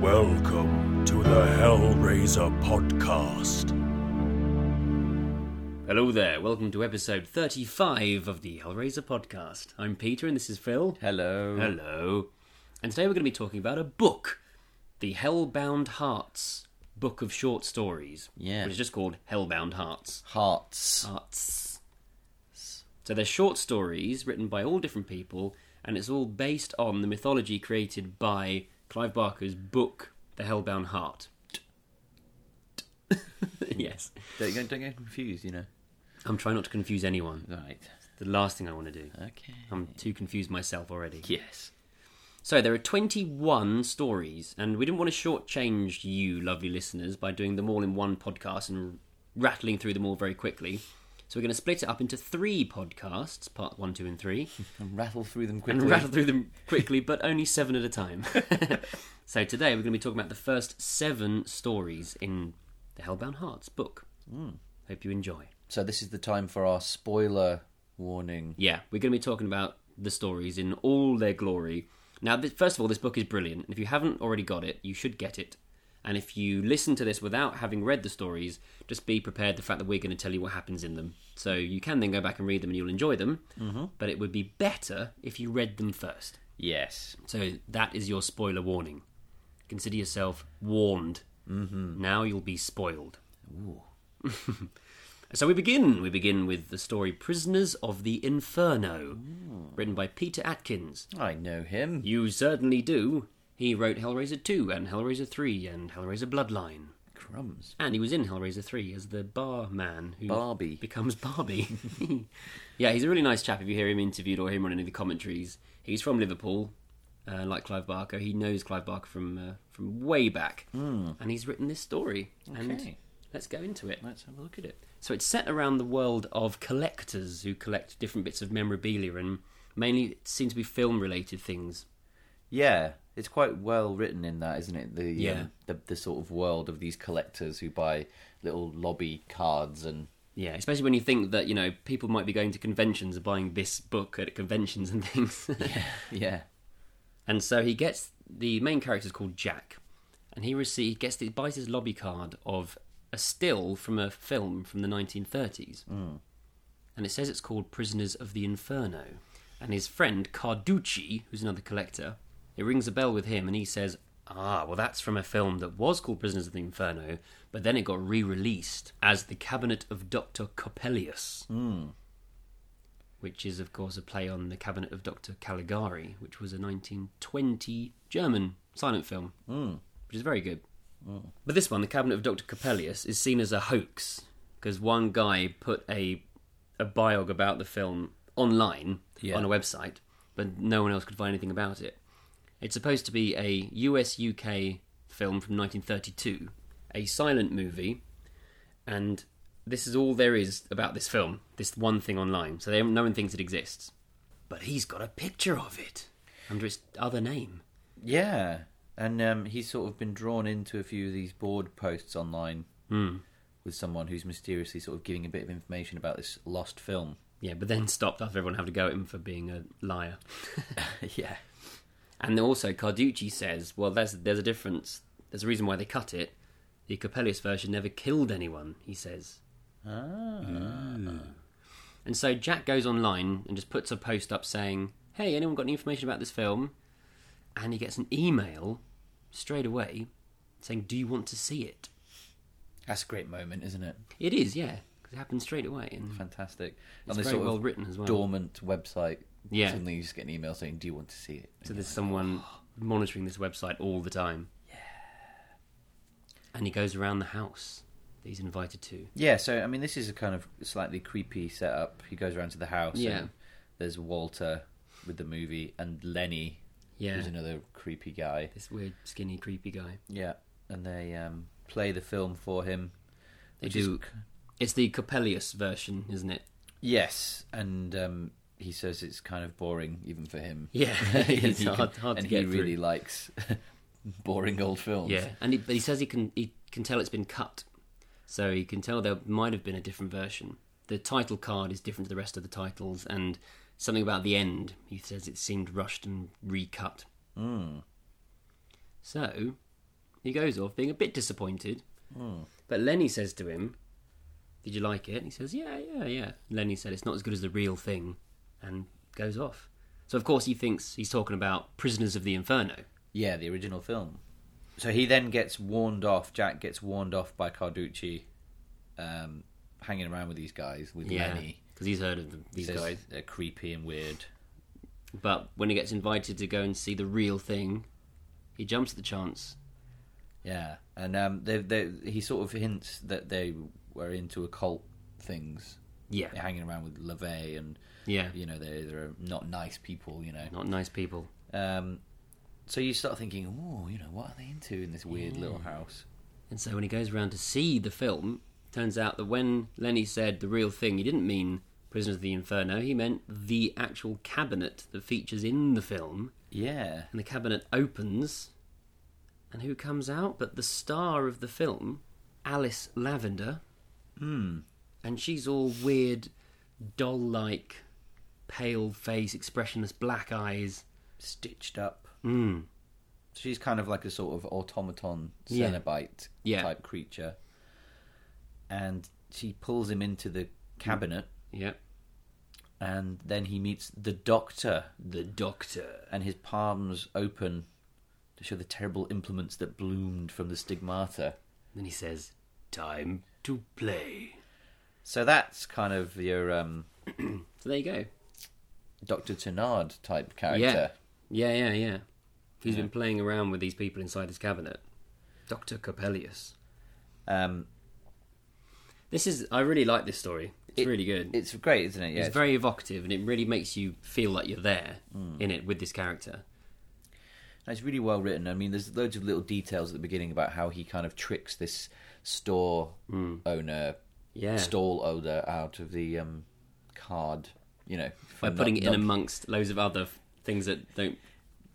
Welcome to the Hellraiser podcast. Hello there, welcome to episode 35 of the Hellraiser podcast. I'm Peter and this is Phil. Hello. Hello. And today we're going to be talking about a book, The Hellbound Hearts book of short stories. Yeah. Which is just called Hellbound Hearts. Hearts. Hearts. So they're short stories written by all different people, and it's all based on the mythology created by Clive Barker's book, The Hellbound Heart. yes. Don't, don't, don't get confused, you know. I'm trying not to confuse anyone. Right. The last thing I want to do. Okay. I'm too confused myself already. Yes. So there are 21 stories, and we didn't want to shortchange you, lovely listeners, by doing them all in one podcast and rattling through them all very quickly. So we're going to split it up into three podcasts, part one, two, and three, And rattle through them quickly. and rattle through them quickly, but only seven at a time. so today we're going to be talking about the first seven stories in the Hellbound Hearts book. Hope you enjoy. So this is the time for our spoiler warning. Yeah, we're going to be talking about the stories in all their glory. Now, th- first of all, this book is brilliant. If you haven't already got it, you should get it. And if you listen to this without having read the stories, just be prepared the fact that we're going to tell you what happens in them. So you can then go back and read them and you'll enjoy them. Mm-hmm. But it would be better if you read them first. Yes. So that is your spoiler warning. Consider yourself warned. Mm-hmm. Now you'll be spoiled. so we begin. We begin with the story Prisoners of the Inferno, written by Peter Atkins. I know him. You certainly do. He wrote Hellraiser 2 and Hellraiser 3 and Hellraiser Bloodline. Crumbs. And he was in Hellraiser 3 as the barman who Barbie. becomes Barbie. yeah, he's a really nice chap if you hear him interviewed or him on any of the commentaries. He's from Liverpool, uh, like Clive Barker. He knows Clive Barker from uh, from way back. And he's written this story. And Hmm. Okay. let's go into it. Let's have a look at it. So it's set around the world of collectors who collect different bits of memorabilia and mainly it seems to be film related things. Yeah. It's quite well written in that, isn't it? The um, Yeah. the, the sort of world of these collectors who buy little lobby cards and Yeah, especially when you think that, you know, people might be going to conventions and buying this book at conventions and things. yeah. And so he gets the main character is called Jack, and he receives gets the, buys his lobby card of a still from a film from the 1930s, and it says it's called Prisoners of the Inferno. And his friend Carducci, who's another collector, it rings a bell with him, and he says, "Ah, well, that's from a film that was called Prisoners of the Inferno, but then it got re-released as The Cabinet of Doctor Coppelius." which is, of course, a play on The Cabinet of Dr. Caligari, which was a 1920 German silent film, which is very good. But this one, The Cabinet of Dr. Coppelius, is seen as a hoax because one guy put a, a biog about the film online Yeah. on a website, but no one else could find anything about it. It's supposed to be a US UK film from 1932, a silent movie and this is all there is about this film, this one thing online. So they haven't- no one thinks it exists, but he's got a picture of it under its other name. Yeah, and um, he's sort of been drawn into a few of these board posts online Hmm. with someone who's mysteriously sort of giving a bit of information about this lost film. Yeah, but then stopped after everyone had to go at him for being a liar. yeah, And then also Carducci says, well, there's there's a difference. There's a reason why they cut it. The Coppelius version never killed anyone, he says. Ah. Ah. And so Jack goes online and just puts a post up saying, "Hey, anyone got any information about this film?" And he gets an email straight away saying, "Do you want to see it?" that's a great moment, isn't it? It is, yeah, 'cause it happens straight away. And Fantastic. Hmm. It's on this very sort well of written as well. dormant website, Yeah. suddenly you just get an email saying, "Do you want to see it?" so there's someone monitoring this website all the time. Yeah. And he goes around the house that he's invited to. Yeah, so I mean, this is a kind of slightly creepy setup. He goes around to the house. Yeah. and there's Walter with the movie and Lenny, Yeah. who's another creepy guy. this weird, skinny, creepy guy. Yeah, and they um, play the film for him. They which do. is- It's the Coppelius version, isn't it? yes, and um, he says it's kind of boring even for him. Yeah, it's He can- hard, hard and to get he really likes boring old films. through. Yeah, and he, but he says he can he can tell it's been cut, so he can tell there might have been a different version. The title card is different to the rest of the titles, and something about the end. He says it seemed rushed and recut. So He goes off being a bit disappointed. But Lenny says to him, Did you like it? And he says, Yeah, yeah, yeah. Lenny said, It's not as good as the real thing, and goes off. So, of course, he thinks he's talking about Prisoners of the Inferno. Yeah, the original film. So he then gets warned off. Jack gets warned off by Carducci, um, hanging around with these guys with Lenny. Because he's heard of them, He these says guys. they're creepy and weird. But when he gets invited to go and see the real thing, he jumps at the chance. Yeah, and um, they, they, he sort of hints that they were into occult things. Yeah. They're hanging around with LaVey, and Yeah. you know they're they're not nice people. You know, Not nice people. um, so you start thinking, oh, you know, what are they into in this weird little house? And so when he goes around to see the film, turns out that when Lenny said the real thing, he didn't mean Prisoners of the Inferno, he meant the actual cabinet that features in the film. Yeah, And the cabinet opens, and who comes out but the star of the film, Alice Lavender. Hmm. And she's all weird, doll like, pale face, expressionless black eyes. stitched up. Mm. She's kind of like a sort of automaton Yeah. Cenobite Yeah. type creature, and she pulls him into the cabinet, Yep. and then he meets the Doctor. The Doctor. and his palms open to show the terrible implements that bloomed from the stigmata. Then he says, Time to play. So that's kind of your um, So there you go. Dr. Tenard type character. Yeah. Yeah, yeah, yeah. He's been playing around with these people inside his cabinet. Dr. Coppelius. Um, This is, I really like this story. It's It- really good. it's great, isn't it? Yeah. it's it's- very evocative and it really makes you feel like you're there Mm. in it with this character. It's really well written. I mean, there's loads of little details at the beginning about how he kind of tricks this store owner, Hmm. Yeah. stall owner out of the um, card, you know. By from putting not- it in not- amongst loads of other f- things that don't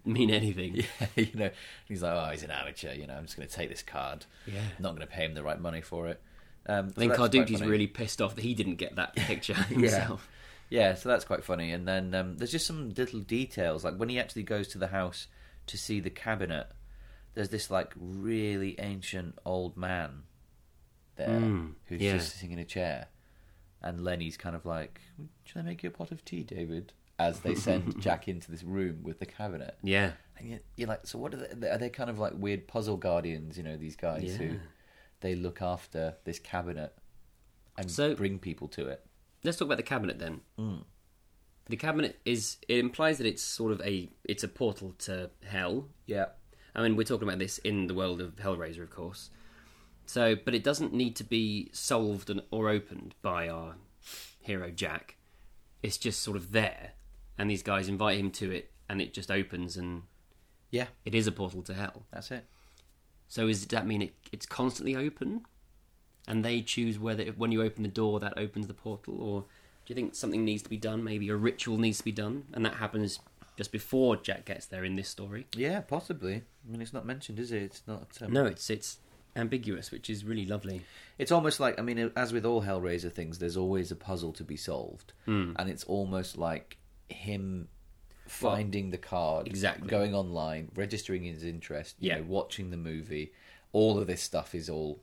mean anything. you know, he's like, oh, he's an amateur. You know, I'm just going to take this card. Yeah. I'm not going to pay him the right money for it. Um, I think so that's quite Carducci's funny. really pissed off that he didn't get that picture himself. Yeah, so that's quite funny. And then um, there's just some little details, like when he actually goes to the house to see the cabinet. There's this like really ancient old man there who's Hmm, yeah. just sitting in a chair, and Lenny's kind of like, "Should I make you a pot of tea, David?" As they send Jack into this room with the cabinet. Yeah. And you're, you're like, so what are they? Are they kind of like weird puzzle guardians? You know, these guys who Yeah. they look after this cabinet and So- bring people to it. Let's talk about the cabinet then. Mm. The cabinet is it implies that it's sort of a it's a portal to hell. Yeah, I mean, we're talking about this in the world of Hellraiser, of course. So, but it doesn't need to be solved and, or opened by our hero Jack. It's just sort of there, and these guys invite him to it, and it just opens, and yeah, it is a portal to hell. that's it. So, is, does that mean it, it's constantly open, and they choose whether when you open the door that opens the portal, or do you think something needs to be done? Maybe a ritual needs to be done, and that happens just before Jack gets there in this story. Yeah, possibly. I mean, it's not mentioned, is it? It's not. Um, No, it's it's ambiguous, which is really lovely. It's almost like I mean, as with all Hellraiser things, there's always a puzzle to be solved, Hmm. and it's almost like him finding the card, exactly. going online, registering his interest, you Yeah. know, watching the movie. All of this stuff is all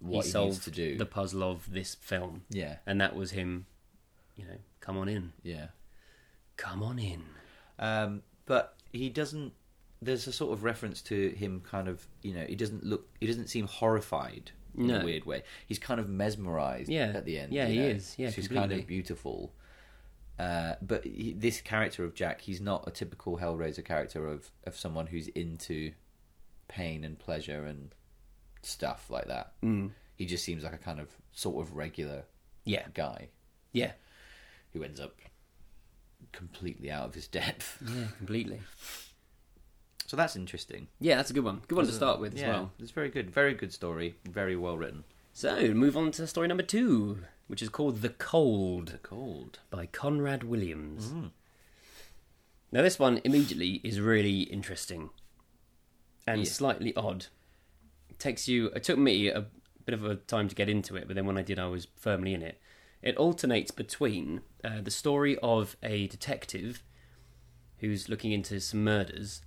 what he, needs to do. the puzzle of this film, Yeah, and that was him. You know, come on in, yeah. come on in. Um, but he doesn't. There's a sort of reference to him, kind of. You know, he doesn't look. He doesn't seem horrified in No. a weird way. He's kind of mesmerized. Yeah. At the end. Yeah, he you know? is. Yeah, she's kind completely. of beautiful. Uh, but he, this character of Jack, he's not a typical Hellraiser character of of someone who's into pain and pleasure and stuff like that. Mm. He just seems like a kind of sort of regular Yeah, guy yeah, who ends up completely out of his depth. yeah, completely. So that's interesting. Yeah, that's a good one. Good one to start with as well. It's very good. Very good story. Very well written. So, move on to story number two, which is called "The Cold" Cold. by Conrad Williams. Now, this one immediately is really interesting and slightly odd. It takes you. It took me a bit of a time to get into it, but then when I did, I was firmly in it. It alternates between uh, the story of a detective who's looking into some murders,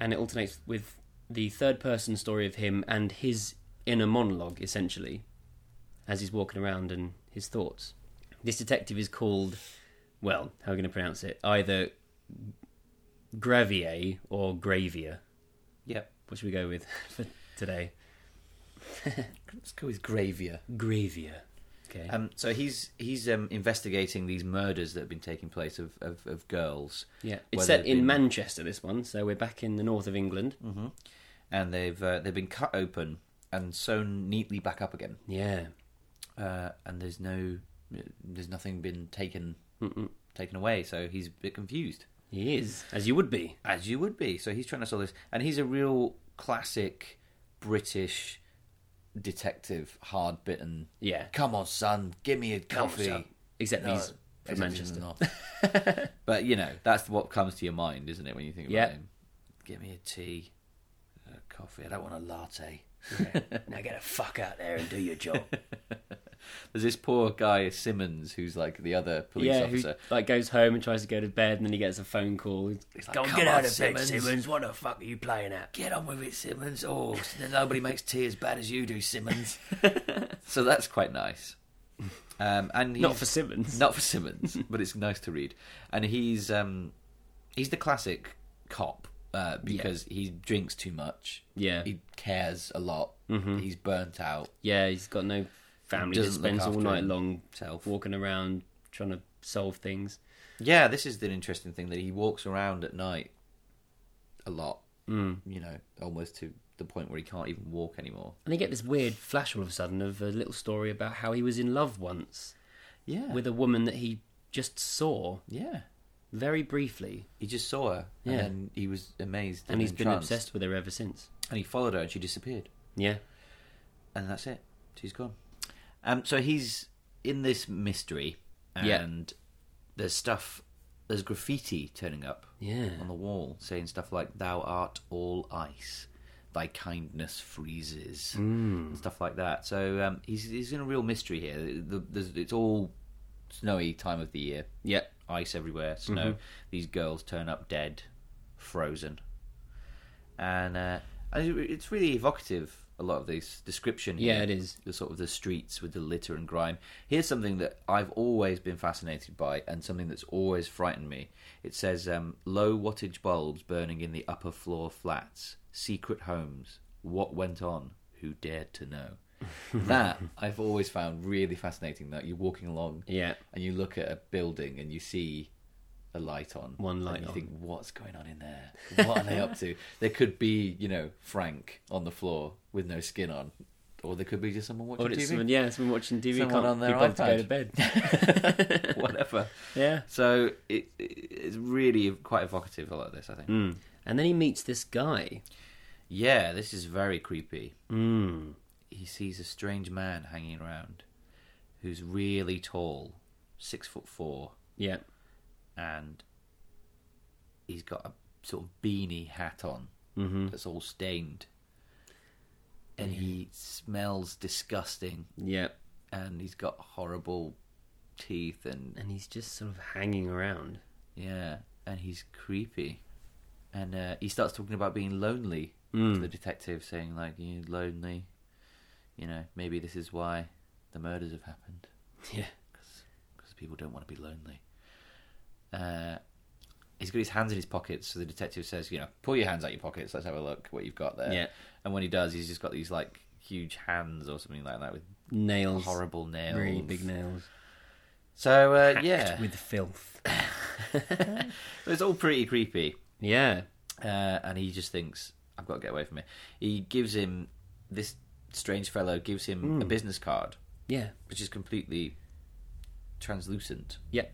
and it alternates with the third person story of him and his inner monologue, essentially, as he's walking around and his thoughts. This detective is called, well, how are we going to pronounce it? Either Gravier or Gravier. Yep. What should we go with for today? Let's go with Gravier. Gravier. Okay. Um, so he's he's um, investigating these murders that have been taking place of, of, of girls. yeah, where it's set they've in been- Mm-hmm. Manchester. This one, so we're back in the north of England. and they've uh, they've been cut open and sewn neatly back up again. Yeah, Uh, and there's no there's nothing been taken taken away. So he's a bit confused, he is, as you would be. as you would be. So he's trying to solve this, and he's a real classic British detective, hard bitten. Yeah, Come on, son, give me a Come on, coffee. son. Except No, he's from except he's Manchester. not. but you know, that's what comes to your mind, isn't it, when you think about Yeah. him? Give me a tea, a coffee. I don't want a latte. now get a fuck out there and do your job. There's this poor guy Simmons who's like the other police yeah, who officer. like goes home and tries to go to bed, and then he gets a phone call. He's like, "Go and "Come get on, out of Simmons." bed, Simmons. What the fuck are you playing at? Get on with it, Simmons. Oh, nobody makes tea as bad as you do, Simmons. so that's quite nice. Um, and Not he's- for Simmons. not for Simmons, but it's nice to read. And he's um, he's the classic cop uh, because he drinks too much. Yeah. Mm-hmm. he cares a lot. He's burnt out. Yeah, he's got no family. Just Doesn't look spends all after night long himself. walking around trying to solve things. Yeah, this is an interesting thing that he walks around at night a lot. Mm. You know, almost to the point where he can't even walk anymore. And they get this weird flash all of a sudden of a little story about how he was in love once Yeah, with a woman that he just saw yeah. very briefly, He just saw her, Yeah. and then he was amazed, and he's been entranced. obsessed with her ever since. And he followed her, and she disappeared. Yeah, and that's it. She's gone. Um, so he's in this mystery, and Yeah. there's stuff. There's graffiti turning up yeah. on the wall saying stuff like "Thou art all ice, thy kindness freezes," Hmm. and stuff like that. So um, he's he's in a real mystery here. The, there's, it's all snowy time of the year, Yeah, ice everywhere, snow. Mm-hmm. These girls turn up dead, frozen, and uh, I- it's really evocative. A lot of this description. Here Yeah, it is. the sort of the streets with the litter and grime. Here's something that I've always been fascinated by, and something that's always frightened me. It says um, low wattage bulbs burning in the upper floor flats, secret homes. What went on? Who dared to know? that I've always found really fascinating. That you're walking along, Yeah. and you look at a building and you see a light on, One light and you on. think, what's going on in there? What are they up to? There could be, you know, Frank on the floor with no skin on, or there could be just someone watching Or it's TV, someone, yeah, someone watching TV Someone can't on their be bothered to iPad. go to bed. whatever. yeah. So it, it- it's really quite evocative. A lot of this, I think. And then he meets this guy. Yeah, this is very creepy. Hmm. Mm. He sees a strange man hanging around, who's really tall, six foot four, Yeah. and he's got a sort of beanie hat on that's all stained. And he smells disgusting, Yeah. and he's got horrible teeth, and And he's just sort of hanging around. yeah, and he's creepy. And uh, he starts talking about being lonely Hmm. to the detective, saying like, "You're lonely, you know. Maybe this is why the murders have happened." Yeah. because people don't want to be lonely. Uh, he's got his hands in his pockets, so the detective says, "You know, pull your hands out your pockets. Let's have a look what you've got there." Yeah. And when he does, he's just got these like huge hands or something like that with Nails. horrible nails, Really big nails. So uh, Packed yeah, With filth. it's all pretty creepy. Yeah. uh, and he just thinks I've got to get away from it. He gives him this strange fellow gives him Hmm. a business card, Yeah. which is completely translucent, Yeah.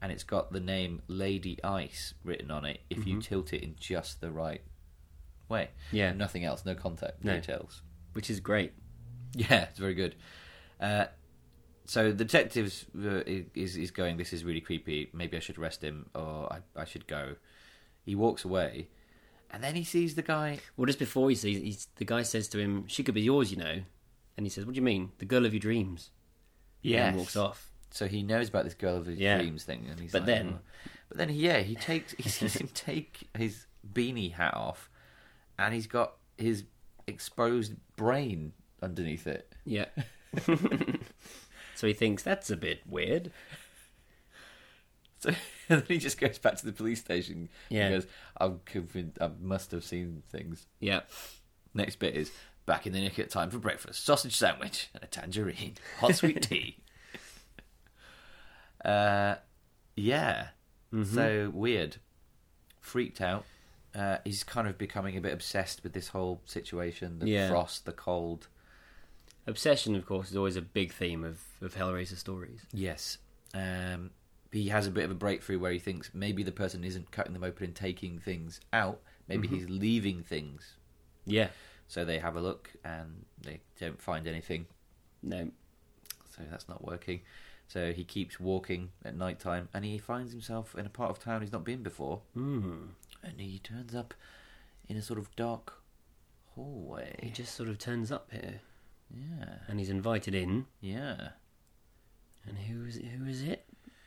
and it's got the name Lady Ice written on it. If you tilt it in just the right way, Mm-hmm. Yeah. nothing else, no contact No. details. Which is great. Yeah, it's very good. Uh, so the detectives uh, is is going. This is really creepy. Maybe I should arrest him, or I, I should go. He walks away, and then he sees the guy Well, just before he sees, he's, the guy says to him, "She could be yours, you know." And he says, "What do you mean? The girl of your dreams?" Yeah. Yes. And walks off. So he knows about this girl of his Yeah. dreams thing, and he's But like, then- "Oh." but then, yeah, he takes he sees him take his beanie hat off, and he's got his exposed brain underneath it. Yeah. so he thinks that's a bit weird. So and then he just goes back to the police station. Yeah. He goes, I'm convinced I must have seen things. Yeah. Next bit is back in the nick at time for breakfast, sausage sandwich and a tangerine, hot sweet tea. uh, yeah. So weird, freaked out. Uh, he's kind of becoming a bit obsessed with this whole situation: the Yeah. frost, the cold. Obsession, of course, is always a big theme of, of Hellraiser stories. Yes. Um, he has a bit of a breakthrough where he thinks maybe the person isn't cutting them open and taking things out. Maybe he's leaving things. Yeah. So they have a look and they don't find anything. No. So that's not working. So he keeps walking at night time and he finds himself in a part of town he's not been before. Mm. And he turns up in a sort of dark He hallway. just sort of turns up here Yeah. and he's invited in. Yeah. And who is who is it?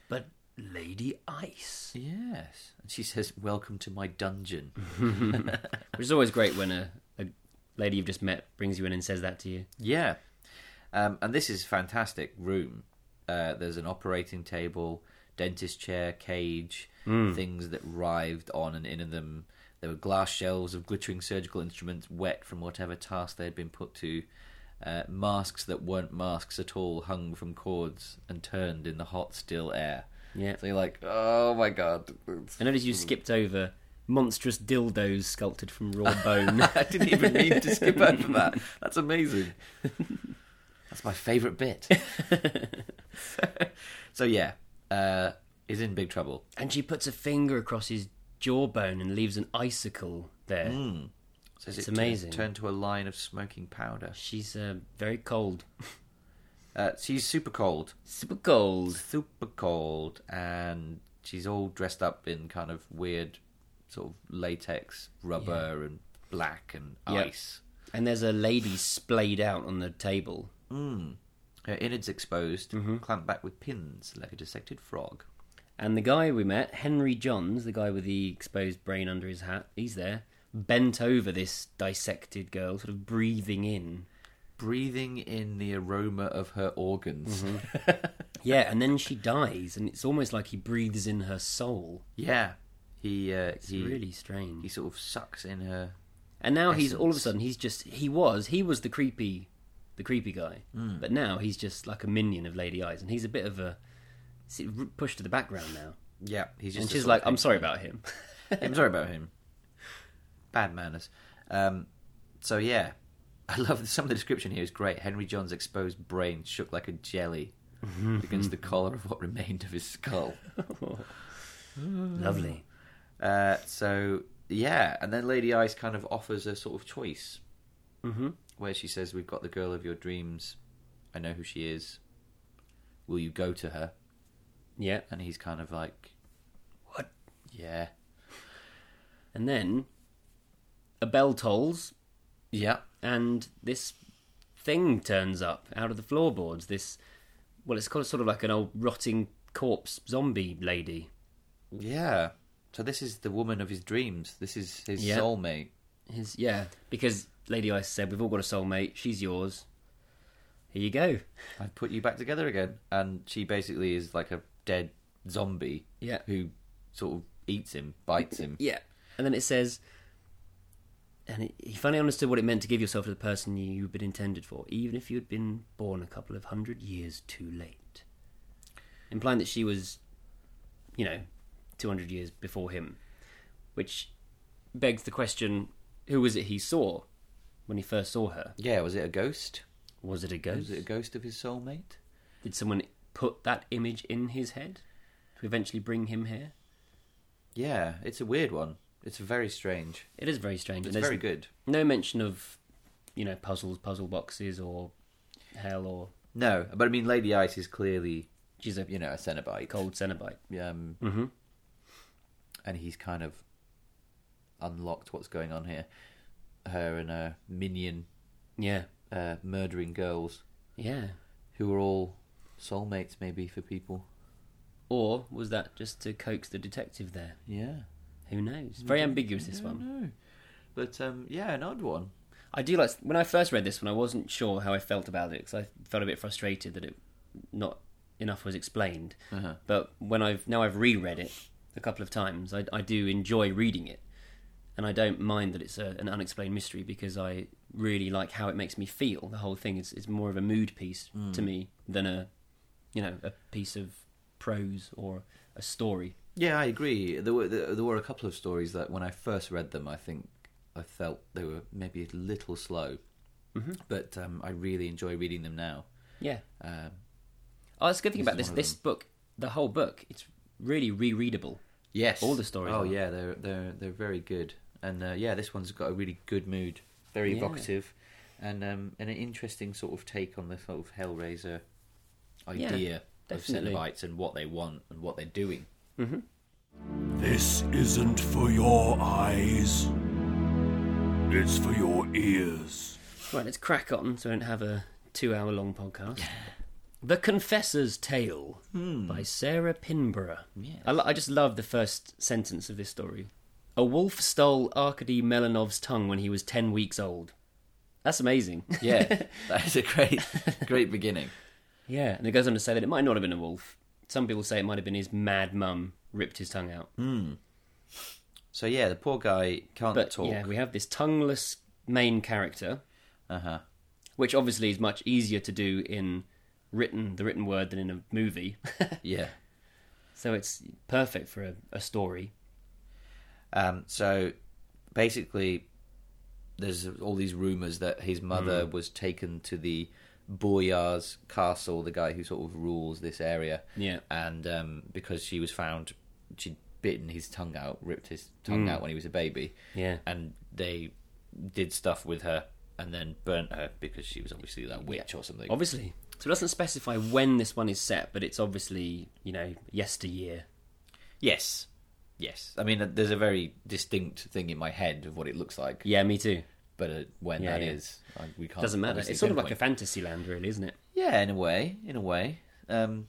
But Lady Ice. Yes. And she says, Welcome to my dungeon. Which is always great when a, a lady you've just met brings you in and says that to you. Yeah, um, and this is fantastic room. Uh, there's an operating table, dentist chair, cage, things that writhed on and in of them. There were glass shelves of glittering surgical instruments, wet from whatever task they had been put to. Uh, masks that weren't masks at all hung from cords and turned in the hot, still air. Yeah. So you're like, oh my god. I noticed you skipped over monstrous dildos sculpted from raw bone. I didn't even mean to skip over that. That's amazing. That's my favourite bit. so, so yeah, uh, he's in big trouble. and she puts a finger across his jawbone and leaves an icicle there. It's So it turns- amazing. Turned to a line of smoking powder. She's uh, very cold. Uh, she's super cold, Super cold. super cold, and she's all dressed up in kind of weird, sort of latex, rubber, and black and Yeah. ice. And there's a lady splayed out on the table. Her innards exposed, clamped back with pins like a dissected frog. And the guy we met, Henry Johns, the guy with the exposed brain under his hat, he's there, bent over this dissected girl, sort of breathing in. breathing in the aroma of her organs. Mm-hmm. Yeah, and then she dies, and it's almost like he breathes in her soul. Yeah, he uh, It's he really he strange. sort of sucks in her. And now he's all of a essence. sudden he's just he was he was the creepy, the creepy guy, Hmm. but now he's just like a minion of Lady Eyes, and he's a bit of a see, r- pushed to the background now. Yeah, he's just. And a she's sort like, of- "I'm sorry about him." I'm sorry about him. Bad manners. Um, so yeah, I love some of the description here is great. Henry John's exposed brain shook like a jelly Mm-hmm. against the collar of what remained of his skull. Hmm. Lovely. Uh, so yeah, and then Lady Ice kind of offers a sort of choice, mm-hmm. where she says, "We've got the girl of your dreams. I know who she is. Will you go to her?" Yeah. And he's kind of like, What? "Yeah, And then a bell tolls, yeah, and this thing turns up out of the floorboards. This, well, it's called sort of like an old rotting corpse zombie lady. yeah." So this is the woman of his dreams. This is his Yeah. soulmate. His yeah, because Lady Ice said we've all got a soulmate. She's yours. Here you go. I put you back together again. And she basically is like a dead zombie, Yeah. who sort of eats him, bites him. Yeah. And then it says, and he- he finally understood what it meant to give yourself to the person you've been intended for, even if you'd been born a couple of hundred years too late. Implying that she was, you know, 200 years before him. Which begs the question who was it he saw when he first saw her? Yeah, was it a ghost? Was it a Was ghost? it a ghost of his soulmate? Did someone put that image in his head to eventually bring him here? Yeah, it's a weird one. It's very strange. It is very strange. and It's there's- very good. No mention of, you know, puzzles, puzzle boxes, or hell, or No, but I mean, Lady Ice is clearly, she's a you know, a Cenobite. cold Mm-hmm. Cenobite. Um, And he's kind of unlocked what's going on here. Her and her minion Yeah, uh, murdering girls yeah. who are all soulmates, maybe, for people. Or was that just to coax the detective there? Yeah. Mm-hmm. Who knows? Very ambiguous. This one. But um, yeah, an odd one. I do like when I first read this one. I wasn't sure how I felt about it because I felt a bit frustrated that it not enough was explained. Uh-huh. But when I've now I've reread it a couple of times, I, I do enjoy reading it, and I don't mind that it's a, an unexplained mystery because I really like how it makes me feel. The whole thing is is more of a mood piece Mm. to me than a you know a piece of prose or a story. Yeah, I agree. There were there, there were a couple of stories that when I first read them, I think I felt they were maybe a little slow, mm-hmm. but um, I really enjoy reading them now. Yeah. Um, Oh, that's the good thing about this. is one of This book, the whole book, it's really rereadable. yes, All the stories Oh are. yeah, they're they're they're very good, and uh, yeah, this one's got a really good mood, very Yeah. evocative, and um, and an interesting sort of take on the sort of Hellraiser idea of definitely. Cenobites and what they want and what they're doing. This isn't for your eyes. It's for your ears. Right, let's crack on so we don't have a two-hour-long podcast. the Confessor's Tale by Sarah Pinborough. Hmm. Yes. I, lo- I just love the first sentence of this story. A wolf stole Arkady Melanov's tongue when he was ten weeks old. That's amazing. Yeah, that's a great great beginning. yeah, and it goes on to say that it might not have been a wolf. Some people say it might have been his mad mum ripped his tongue out. Hmm. So yeah, the poor guy can't but talk. yeah, we have this tongueless main character. Uh huh. which obviously is much easier to do in written the written word than in a movie Yeah. so it's perfect for a, a story Um, so basically, there's all these rumors that his Hmm. mother was taken to the Boyar's castle, the guy who sort of rules this area. Yeah. And um, because she was found, she'd bitten his tongue out, ripped his tongue out when he was a baby. Hmm. Yeah. And they did stuff with her and then burnt her because she was obviously that witch or something. obviously so it doesn't specify when this one is set but it's obviously you know yesteryear yes. Yes. I mean, there's a very distinct thing in my head of what it looks like. yeah me too But uh, when Yeah, that is, yeah. I, we can't. doesn't matter obviously it's sort of like a pinpoint. fantasy land really isn't it Yeah, in a way, in a way. Um,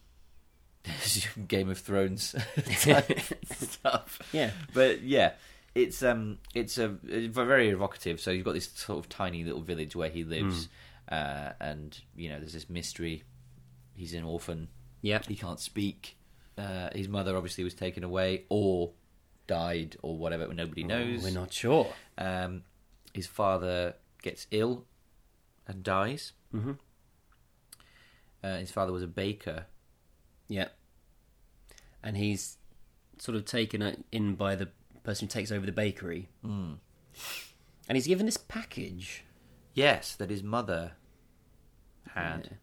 Game of Thrones type stuff. Yeah. but yeah, it's um, it's a it's very evocative. So you've got this sort of tiny little village where he lives, uh, and you know there's this mystery. He's an orphan. yeah He can't speak. Uh, his mother obviously was taken away or died or whatever. Nobody knows. we're not sure Um, his father gets ill and dies. Mm-hmm. Uh, his father was a baker. yeah and he's sort of taken in by the person who takes over the bakery and he's given this package Yes, that his mother had. Yeah.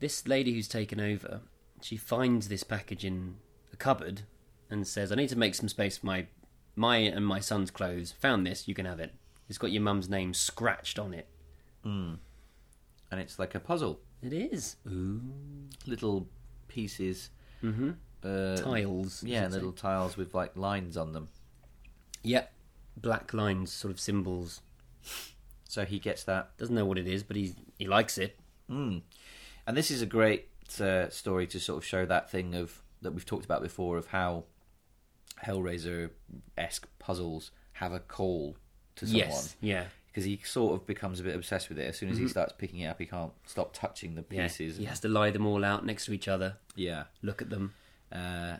This lady who's taken over, she finds this package in a cupboard and says, "I need to make some space for my my and my son's clothes. Found this, you can have it. It's got your mum's name scratched on it. And it's like a puzzle. It is ooh Little pieces. Mm-hmm. Uh, tiles. yeah, should say. little tiles with like lines on them. yep, black lines, sort of symbols. So he gets that. Doesn't know what it is, but he he likes it. And this is a great uh, story to sort of show that thing of that we've talked about before of how Hellraiser esque puzzles have a call to someone. Yes, yeah, because he sort of becomes a bit obsessed with it. As soon as he starts picking it up, he can't stop touching the Mm-hmm. yeah. pieces. He has to lie them all out next to each other. Yeah. Look at them. Uh,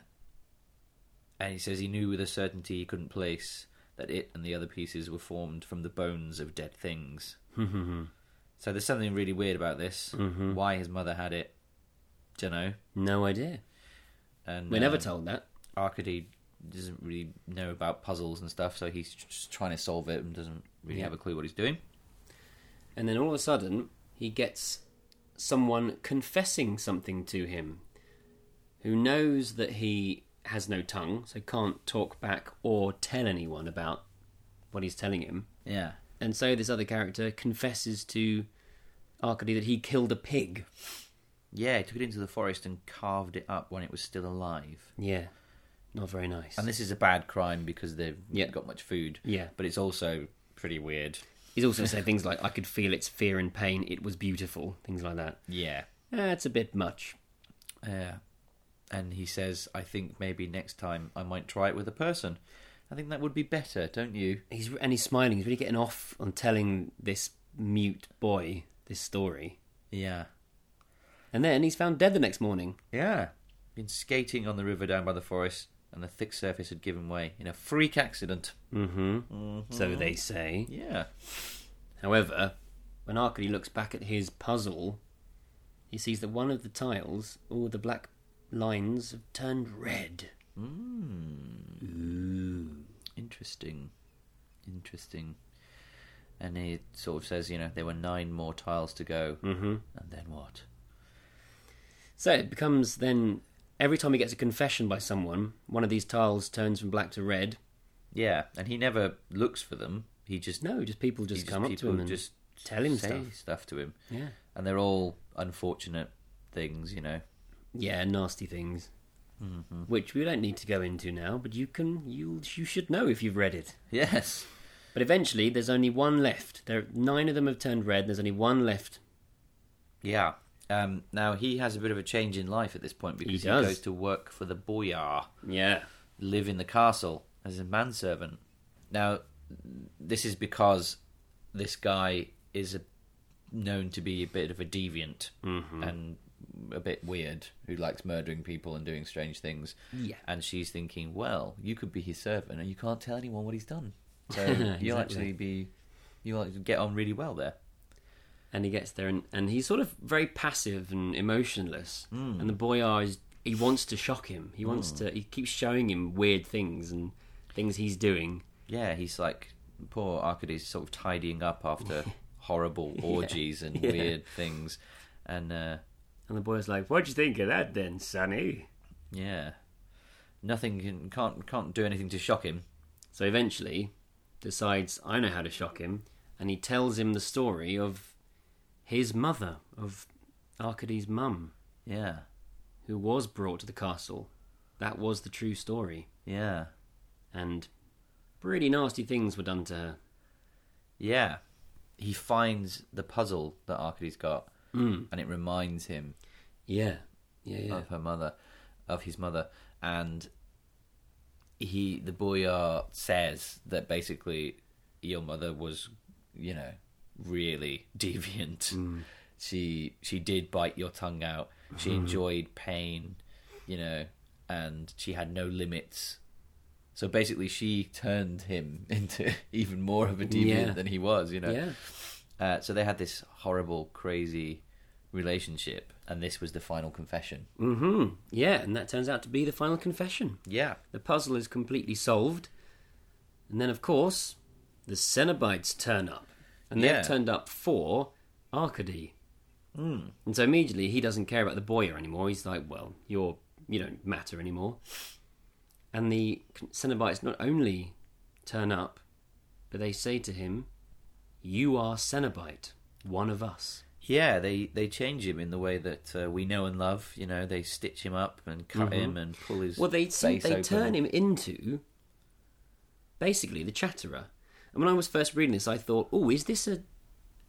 and he says he knew with a certainty he couldn't place that it and the other pieces were formed from the bones of dead things. Mm-hmm. so there's something really weird about this. Why his mother had it, don't know. No idea. And We're never um, told that. Arkady doesn't really know about puzzles and stuff, so he's just trying to solve it and doesn't really Yeah. have a clue what he's doing. And then all of a sudden, he gets someone confessing something to him who knows that he has no tongue, so can't talk back or tell anyone about what he's telling him. Yeah. And so this other character confesses to Arkady that he killed a pig. Yeah, he took it into the forest and carved it up when it was still alive. Yeah, not very nice. And this is a bad crime because they've Yeah. got much food. Yeah. But it's also pretty weird. He's also said things like, I could feel its fear and pain, it was beautiful, things like that. Yeah. Eh, it's a bit much. Yeah. And he says, I think maybe next time I might try it with a person. I think that would be better, don't you? He's and he's smiling. He's really getting off on telling this mute boy this story. Yeah. And then he's found dead the next morning. Yeah. Been skating on the river down by the forest, and the thick surface had given way in a freak accident. So they say. Yeah. However, when Arkady looks back at his puzzle, he sees that one of the tiles, all the black lines, have turned red. Interesting. Interesting. And he sort of says, you know, there were nine more tiles to go. Mm-hmm. And then what? So it becomes then every time he gets a confession by someone, one of these tiles turns from black to red. Yeah. And he never looks for them. He just No, just people he just come up to him and just tell him say stuff. to him. Yeah. And they're all unfortunate things, you know. Yeah, nasty things. Which we don't need to go into now, but you can you you should know if you've read it. Yes. But eventually, there's only one left. There, nine of them have turned red. And there's only one left. Yeah. Um, now he has a bit of a change in life at this point because he, does. goes to work for the boyar, Yeah, live in the castle as a manservant. Now, this is because this guy is a, known to be a bit of a deviant and a bit weird, who likes murdering people and doing strange things. Yeah. And she's thinking, well, you could be his servant, and you can't tell anyone what he's done, so Exactly. you'll actually be you'll actually get on really well there. and he gets there, and, and he's sort of very passive and emotionless. And the boyar is he wants to shock him. He wants to. He keeps showing him weird things and things he's doing. Yeah, he's like poor Arcady's sort of tidying up after horrible orgies and weird things, and uh, And the boyar's like, "What do you think of that, then, Sonny?" yeah, nothing can, can't can't do anything to shock him. So eventually, decides I know how to shock him, and he tells him the story of his mother, of Arcady's mum, Yeah, who was brought to the castle. That was the true story. yeah, and pretty nasty things were done to her. yeah. He finds the puzzle that Arcady's got, mm. and it reminds him Yeah, yeah, yeah. of her mother, of his mother, and he the boyar says that basically your mother was, you know, really deviant. Mm. She she did bite your tongue out. She Mm-hmm. enjoyed pain, you know, and she had no limits. So basically, she turned him into even more of a deviant Yeah. than he was, you know. Yeah. Uh, so they had this horrible, crazy relationship, and this was the final confession. hmm Yeah, and that turns out to be the final confession. Yeah. The puzzle is completely solved, and then of course the Cenobites turn up, and Yeah. they've turned up for Arcady. Mm. And so immediately he doesn't care about the boyer anymore. He's like, "Well, you're you don't matter anymore." And the Cenobites not only turn up, but they say to him, "You are Cenobite, one of us." Yeah, they they change him in the way that uh, we know and love. You know, they stitch him up and cut him and pull his Mm-hmm. Well, they they face open. turn him into basically the Chatterer. And when I was first reading this, I thought, "Oh, is this a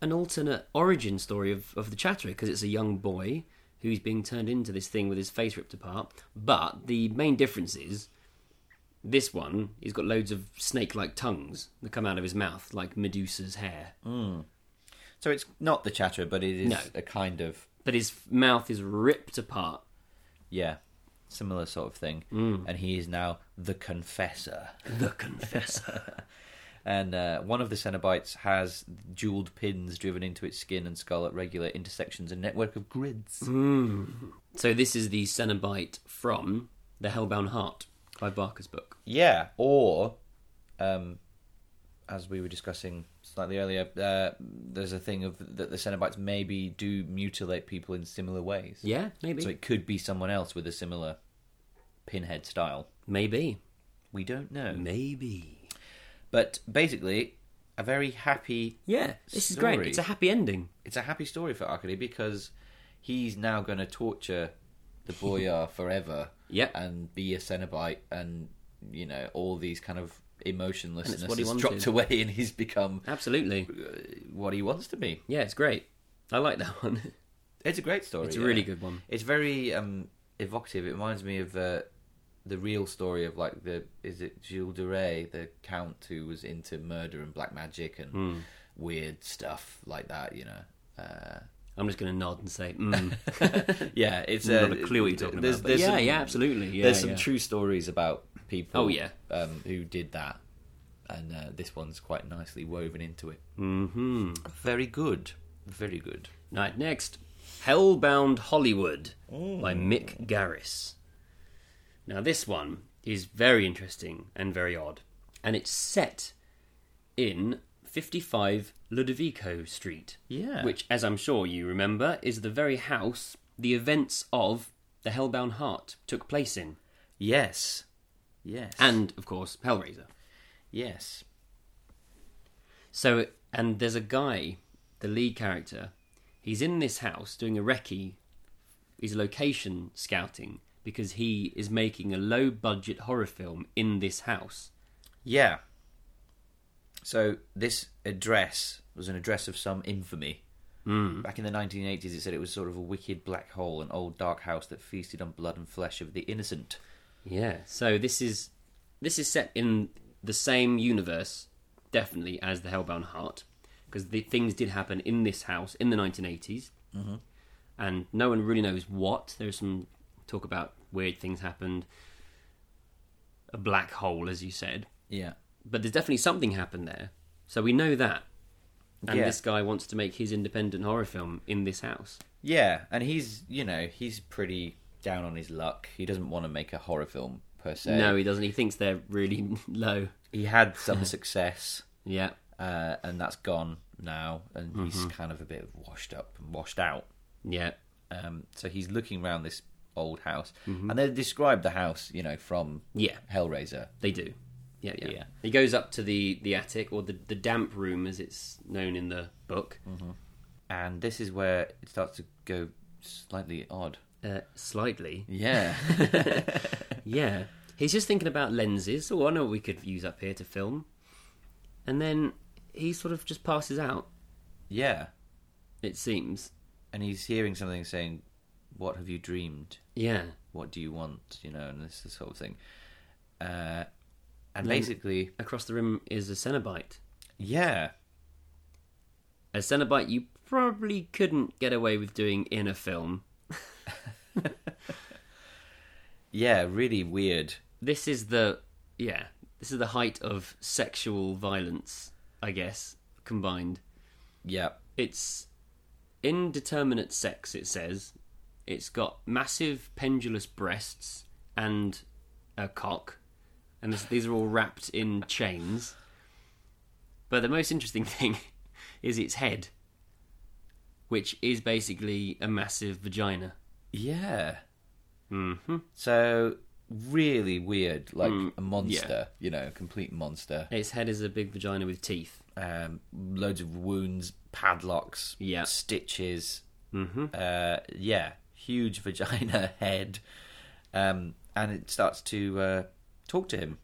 an alternate origin story of of the Chatterer? Because it's a young boy who's being turned into this thing with his face ripped apart." But the main difference is this one he's got loads of snake-like tongues that come out of his mouth like Medusa's hair, So it's not the Chatterer, but it is No. a kind of but his mouth is ripped apart. yeah, similar sort of thing. And he is now the Confessor. Mm. The Confessor. And uh, one of the Cenobites has jeweled pins driven into its skin and skull at regular intersections and network of grids. so this is the Cenobite from The Hellbound Heart by Barker's book. Yeah, or um, as we were discussing slightly earlier, uh, there's a thing of that the Cenobites maybe do mutilate people in similar ways. Yeah, maybe. So it could be someone else with a similar pinhead style. Maybe. We don't know. Maybe. But basically, a very happy. Yeah, this is great. Story. It's a happy ending. It's a happy story for Arkady because he's now going to torture the boyar forever. Yep. And be a Cenobite and, you know, all these kind of emotionlessness what he has wanted. dropped away and he's become Absolutely. uh, what he wants to be. Yeah, it's great. I like that one. It's a great story. It's a yeah. really good one. It's very um, evocative. It reminds me of uh, the real story of Hmm. like the is it Jules de Ray, the count who was into murder and black magic and weird stuff like that. You know. Uh, I'm just going to nod and say, mm. yeah, it's Not uh, a clue what you're talking there's- about. but there's yeah, some- yeah, absolutely. Yeah, There's some yeah. true stories about people. Oh, yeah. um, who did that, and uh, this one's quite nicely woven into it. Mhm. Very good, very good. Right, next Hellbound Hollywood by Mick Garris. Now, this one is very interesting and very odd, and it's set in 55 Ludovico Street. Yeah. Which, as I'm sure you remember, is the very house the events of The Hellbound Heart took place in. Yes, yes, And, of course, Hellraiser. yes. So, and there's a guy, the lead character, he's in this house doing a recce, he's location scouting because he is making a low budget horror film in this house. Yeah. So this address was an address of some infamy. Hmm. Mm. Back in the 1980s, it said it was sort of a wicked black hole, an old dark house that feasted on blood and flesh of the innocent. Yeah. So this is this is set in the same universe definitely as the Hellbound Heart because the things did happen in this house in the 1980s. And no one really knows what. There's some talk about weird things happened. A black hole as you said. Yeah. but there's definitely something happened there. So we know that. And Yeah. this guy wants to make his independent horror film in this house. Yeah, and he's you know he's pretty down on his luck. He doesn't want to make a horror film per se. No, he doesn't. He thinks they're really low. he had some success, Yeah. uh, and that's gone now, and Mm-hmm. he's kind of a bit washed up and washed out. Yeah. Um, so he's looking around this old house, and they describe the house, you know, from Yeah. Hellraiser. They do. Yeah, yeah. Yeah. He goes up to the, the attic or the, the damp room as it's known in the book. and this is where it starts to go slightly odd. Uh, slightly. Yeah, Yeah. He's just thinking about lenses. Oh, I know what we could use up here to film. And then he sort of just passes out, yeah, it seems. and he's hearing something saying, "What have you dreamed? Yeah. What do you want?" You know, and this, this sort of thing. Uh, Len- and basically, Across the room is a Cenobite. yeah, a Cenobite you probably couldn't get away with doing in a film. yeah, really weird. This is the yeah, this is the height of sexual violence, I guess, combined. Yeah, It's indeterminate sex, it says. It's got massive pendulous breasts and a cock, and this, these are all wrapped in chains. But the most interesting thing is its head, which is basically a massive vagina. yeah. Mm-hmm. Mm, So really weird, like a monster. You know, a complete monster. Its head is a big vagina with teeth. um, loads of wounds, padlocks, Yeah. stitches. Mm-hmm. Uh, yeah, huge vagina head, um, and it starts to uh, talk to him,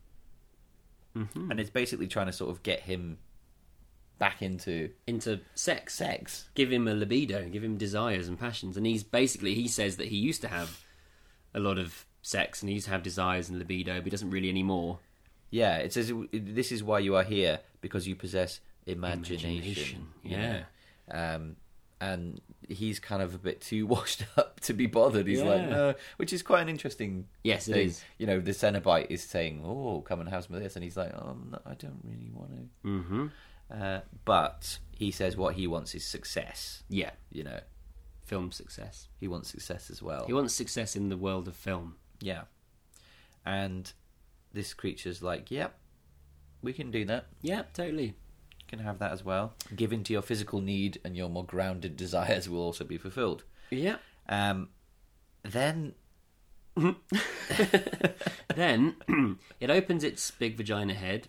mm-hmm. and it's basically trying to sort of get him back into Into sex. sex. Give him a libido, give him desires and passions. And he's basically, he says that he used to have a lot of sex and he used to have desires and libido, but he doesn't really anymore. Yeah, it says this is why you are here because you possess imagination. Imagination, you yeah. know. Um, and he's kind of a bit too washed up to be bothered. He's like, Yeah. no, which is quite an interesting Yes, it thing. is. You know, the Cenobite is saying, "Oh, come and have some of this," and he's like, "Oh, no, I don't really want to." Mm-hmm. Uh, but he says what he wants is success. Yeah. You know, Film success. he wants success as well. He wants success in the world of film. yeah. And this creature's like, "Yep, we can do that. Yeah, totally. Can have that as well. Give in to your physical need, and your more grounded desires will also be fulfilled." Yeah. Um, then, then it opens its big vagina head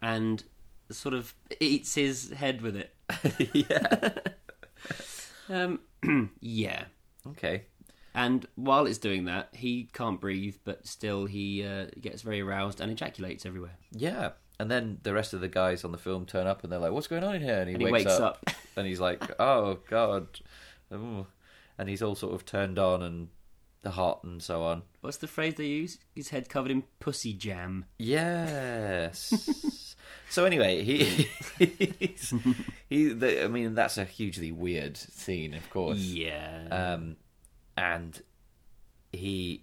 and sort of eats his head with it. yeah. um, yeah. okay, And while it's doing that, he can't breathe, but still he uh, gets very aroused and ejaculates everywhere. Yeah. And then the rest of the guys on the film turn up and they're like, what's going on in here? And he, And he wakes up. and he's like, oh, God. Ooh. And he's all sort of turned on and the heart and so on. What's the phrase they use? His head covered in pussy jam. Yes. So anyway, he he's, he. The, I mean, that's a hugely weird scene, of course. Yeah. Um, and he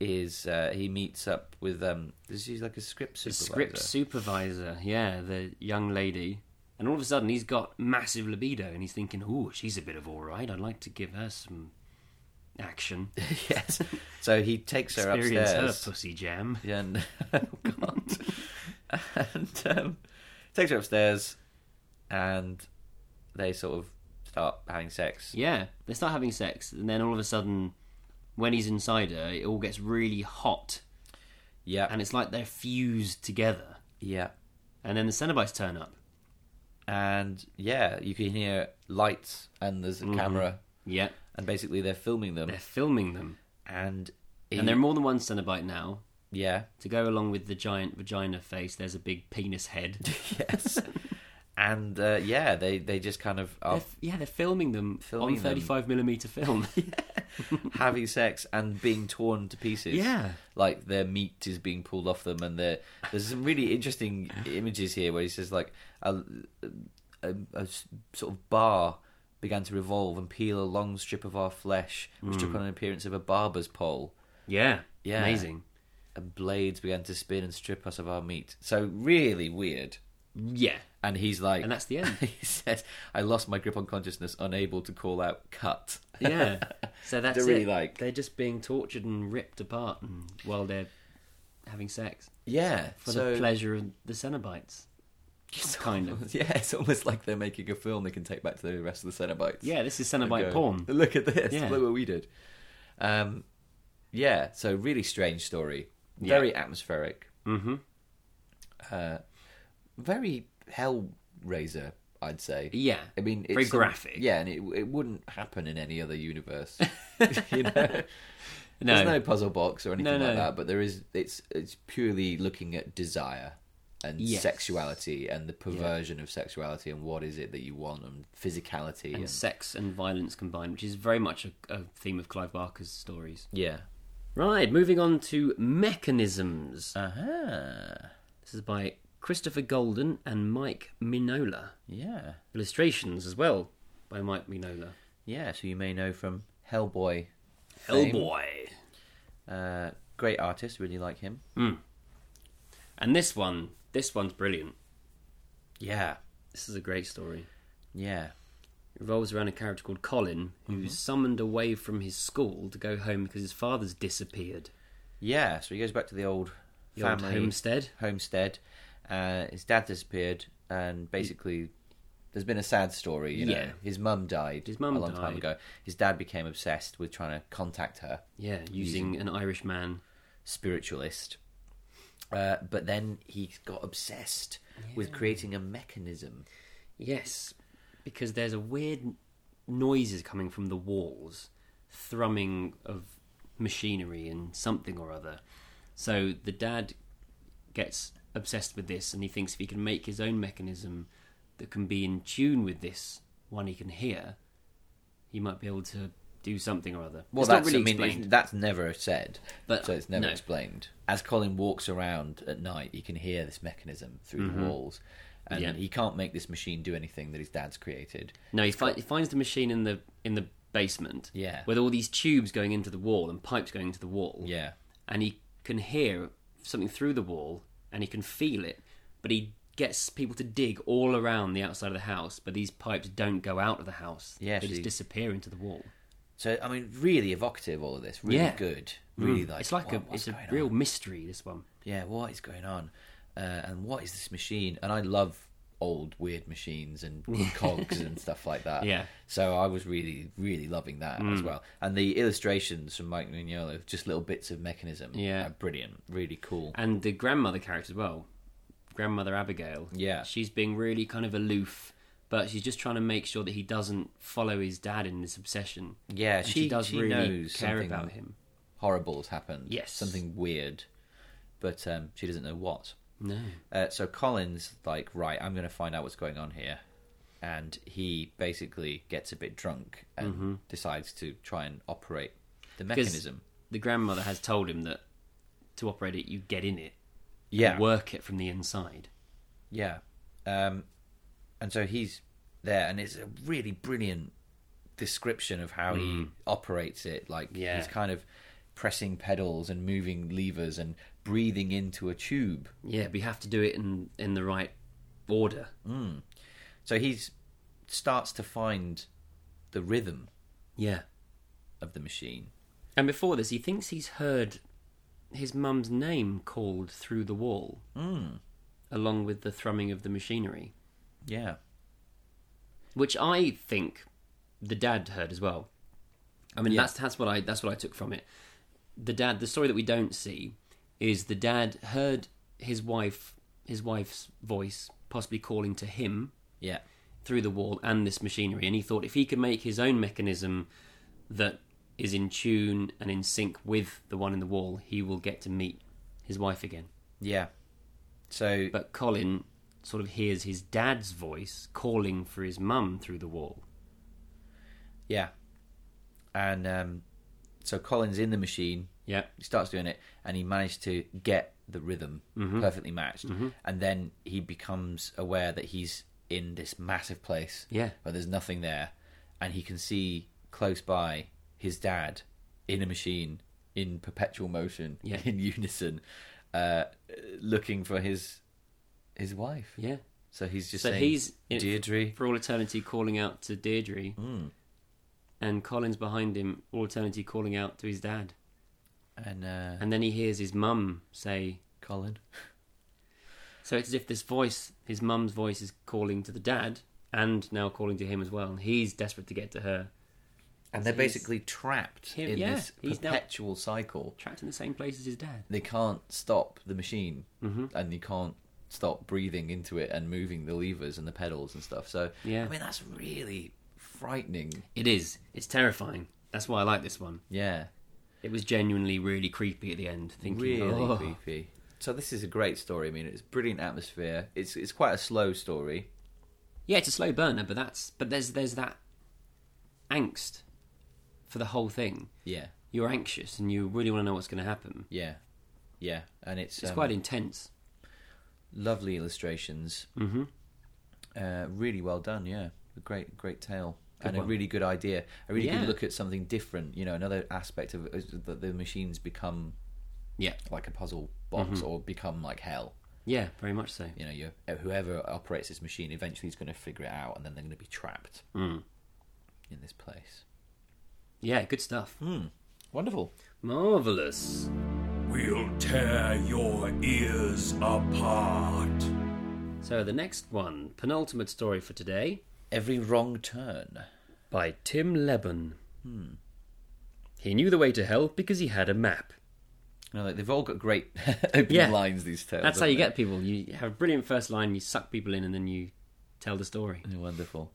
is uh, he meets up with um. This is like a script The supervisor. script supervisor, yeah, the young lady. And all of a sudden, he's got massive libido, and he's thinking, "Ooh, she's a bit of all right. I'd like to give her some action, yes. So he takes her experience her upstairs. pussy jam." Yeah, and oh god, and um, takes her upstairs, and they sort of start having sex. Yeah, they start having sex, and then all of a sudden, when he's inside her, it all gets really hot, Yeah, and it's like they're fused together. yeah, And then the Cenobites turn up. and yeah, you can hear lights, and there's a Mm-hmm. camera, Yeah, and basically they're filming them, they're filming them, and he- and there are more than one Cenobite now. yeah, To go along with the giant vagina face, there's a big penis head. yes, and uh, yeah, they they just kind of They're are f- yeah, they're filming them Filming on them. 35 millimeter film. having sex and being torn to pieces. Yeah. Like their meat is being pulled off them, and their- there's some really interesting images here where he says, like, a, a, a s- sort of bar began to revolve and peel a long strip of our flesh, which took on an appearance of a barber's pole. yeah, Yeah. amazing. And blades began to spin and strip us of our meat. So, really weird. Yeah, And he's like, and that's the end. he says, I lost my grip on consciousness, unable to call out cut. Yeah, so that's They're really it. like- they're just being tortured and ripped apart and, while they're having sex Yeah. for so, the pleasure of the Cenobites. kind of. Yeah, it's almost like they're making a film they can take back to the rest of the Cenobites. Yeah, this is And Cenobite go, porn. Look at this. Yeah. Look what we did. Um, yeah, so really strange story. Yeah. Very atmospheric. Uh, Mm-hmm. Very Hellraiser, I'd say. Yeah, I mean, it's E very some- graphic. yeah, and it, it wouldn't happen in any other universe. you know? There's no puzzle box or anything No, like no. that, but there is. It's it's purely looking at desire and Yes. sexuality and the perversion of sexuality and what is it that you want and physicality and and sex and violence combined, which is very much a, a theme of Clive Barker's stories. Yeah. Right, moving on to mechanisms. Uh huh. This is by Christopher Golden and Mike Minola. Yeah. Illustrations as well by Mike Minola. Yeah. So you may know from Hellboy. fame. Hellboy. Uh, great artist. Really like him. And this one, this one's brilliant. Yeah. This is a great story. Yeah. It revolves around a character called Colin who's summoned away from his school to go home because his father's disappeared. Yeah. So he goes back to the old The old family homestead. homestead. Uh, his dad disappeared, and basically, there's been a sad story. You know, Yeah. his mum died. His mum a long time died. ago. His dad became obsessed with trying to contact her, Yeah, using an Irish man. spiritualist. Uh, but then he got obsessed with creating a mechanism. Yes, because there's a weird noises coming from the walls, thrumming of machinery and something or other. So the dad gets obsessed with this, and he thinks if he can make his own mechanism that can be in tune with this one he can hear, he might be able to do something or other. Well, it's not that's really I mean, explained. it's- that's never said, But- so it's never no. explained. As Colin walks around at night, he can hear this mechanism through the walls, and Mm-hmm. Yeah. he can't make this machine do anything that his dad's created. No, he, fi- he finds the machine in the in the basement. Yeah. with all these tubes going into the wall and pipes going into the wall. Yeah, and he can hear something through the wall and he can feel it, but he gets people to dig all around the outside of the house, but these pipes don't go out of the house. Yeah, they she- just disappear into the wall. So I mean, really evocative. All of this, really Yeah. Mm. good. Really like it's like what- a it's what's a going real on? mystery. This one. yeah. What is going on? Uh, and what is this machine? And I love old weird machines and cogs and stuff like that. Yeah. Mm. So I was really really loving that as well. And the illustrations from Mike Mignolo, just little bits of mechanism. Yeah. are brilliant. Really cool. And the grandmother character as well, grandmother Abigail. Yeah. she's being really kind of aloof. But she's just trying to make sure that he doesn't follow his dad in this obsession. Yeah, And she, she- does she really knows care something- about him. Horrible has happened. Yes. Something weird, but um, she doesn't know what. No. Uh, so Colin's like, right, I'm going to find out what's going on here. And he basically gets a bit drunk and Mm-hmm. decides to try and operate the Because mechanism. The grandmother has told him that to operate it, you get in it. Yeah. work it from the inside. Yeah. Um, and so he's there, and it's a really brilliant description of how he operates it. Like Mm. Yeah. he's kind of pressing pedals and moving levers and breathing into a tube. Yeah, we have to do it in in the right order. So he's starts to find the rhythm Yeah. of the machine. And before this, he thinks he's heard his mum's name called through the wall, Hmm. along with the thrumming of the machinery, Yeah. which I think the dad heard as well. I mean, that's that's what I that's what I took from it. The dad, the story that we don't see, is the dad heard his wife his wife's voice possibly calling to him Yeah. through the wall and this machinery, and he thought if he could make his own mechanism that is in tune and in sync with the one in the wall, he will get to meet his wife again. Yeah. So But Colin sort of hears his dad's voice calling for his mum through the wall. yeah. And um, so Colin's in the machine Yeah, he starts doing it and he managed to get the rhythm perfectly matched and then he becomes aware that he's in this massive place Yeah. where there's nothing there and he can see close by his dad in a machine in perpetual motion Yeah. in unison uh, looking for his his wife yeah. so he's just So saying he's in it Deirdre for all eternity calling out to Deirdre, and Colin's behind him, all eternity calling out to his dad. and uh, And then he hears his mum say, Colin So it's as if this voice, his mum's voice, is calling to the dad and now calling to him as well. He's desperate to get to her, and they're he's- basically trapped Him- in yeah, this he's now- perpetual cycle trapped in the same place as his dad. they can't stop the machine Mm-hmm. and you can't stop breathing into it and moving the levers and the pedals and stuff so Yeah. i mean that's really frightening It is. It's terrifying. That's why I like this one. yeah It was genuinely really creepy at the end, thinking, really "Oh." creepy so this is a great story i mean it's brilliant atmosphere it's it's quite a slow story Yeah, it's a slow burner, but that's but there's there's that angst for the whole thing. yeah You're anxious and you really want to know what's going to happen. yeah yeah and it's It's um, quite intense. lovely illustrations mm-hmm. uh, really well done yeah a great great tale and one. a really good idea a really Yeah. good look at something different you know another aspect of is that the machines become Yeah, like a puzzle box or become like hell. yeah, very much so. You know, you whoever operates this machine eventually is going to figure it out, and then they're going to be trapped in this place. Yeah, good stuff. Wonderful. Marvelous. We'll tear your ears apart. So the next one, penultimate story for today, Every wrong turn. by Tim Leban. Hmm. He knew the way to hell because he had a map. You know, like, they've all got great opening Yeah. lines. These tales. That's how you haven't get people. You have a brilliant first line, you suck people in, and then you tell the story. they? Wonderful.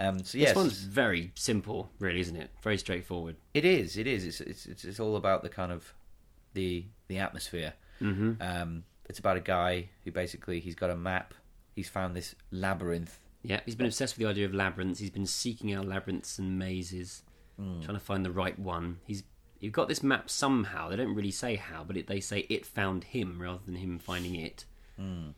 Um, so This yes, one's very simple, really, isn't it? Very straightforward. it is. It is. It's, it's it's it's all about the kind of the the atmosphere. Mm-hmm. Um, it's about a guy who basically he's got a map. He's found this labyrinth Yeah, he's been obsessed with the idea of labyrinths. He's been seeking out labyrinths and mazes, Hmm. trying to find the right one. He's he got this map somehow. They don't really say how, but it, they say it found him rather than him finding it. Hmm.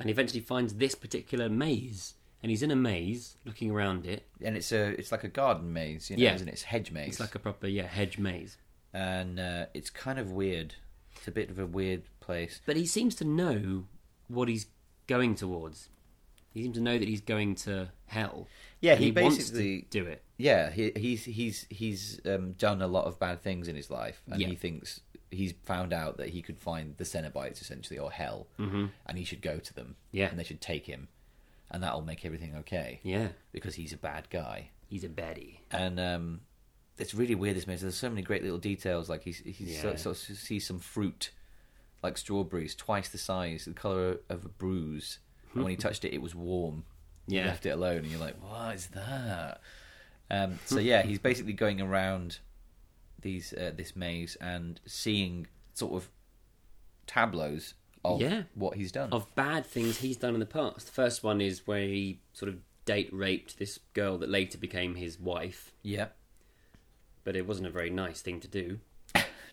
And he eventually finds this particular maze, and he's in a maze looking around it. and it's a it's like a garden maze, you know, Yeah. isn't it? It's a hedge maze, It's like a proper yeah hedge maze. and uh, it's kind of weird. It's a bit of a weird place. But he seems to know what he's going towards. He seems to know that he's going to hell. Yeah, And he wants basically- to do it. Yeah, he, he's he's he's um, done a lot of bad things in his life, and Yeah. he thinks he's found out that he could find the Cenobites essentially or hell, and he should go to them. Mm-hmm. Yeah. and they should take him, and that'll make everything okay Yeah, because he's a bad guy. he's a baddie. and um, it's really weird. This maze. There's so many great little details. Like he he Yeah. sort, sort of sees some fruit, like strawberries, twice the size, the color of a bruise. And when he touched it, it was warm. Yeah. He left it alone, and you're like, what is that? Um, so yeah, he's basically going around these uh, this maze and seeing sort of tableaus of Yeah. what he's done. of bad things he's done in the past. The first one is where he sort of date raped this girl that later became his wife, yeah. but it wasn't a very nice thing to do.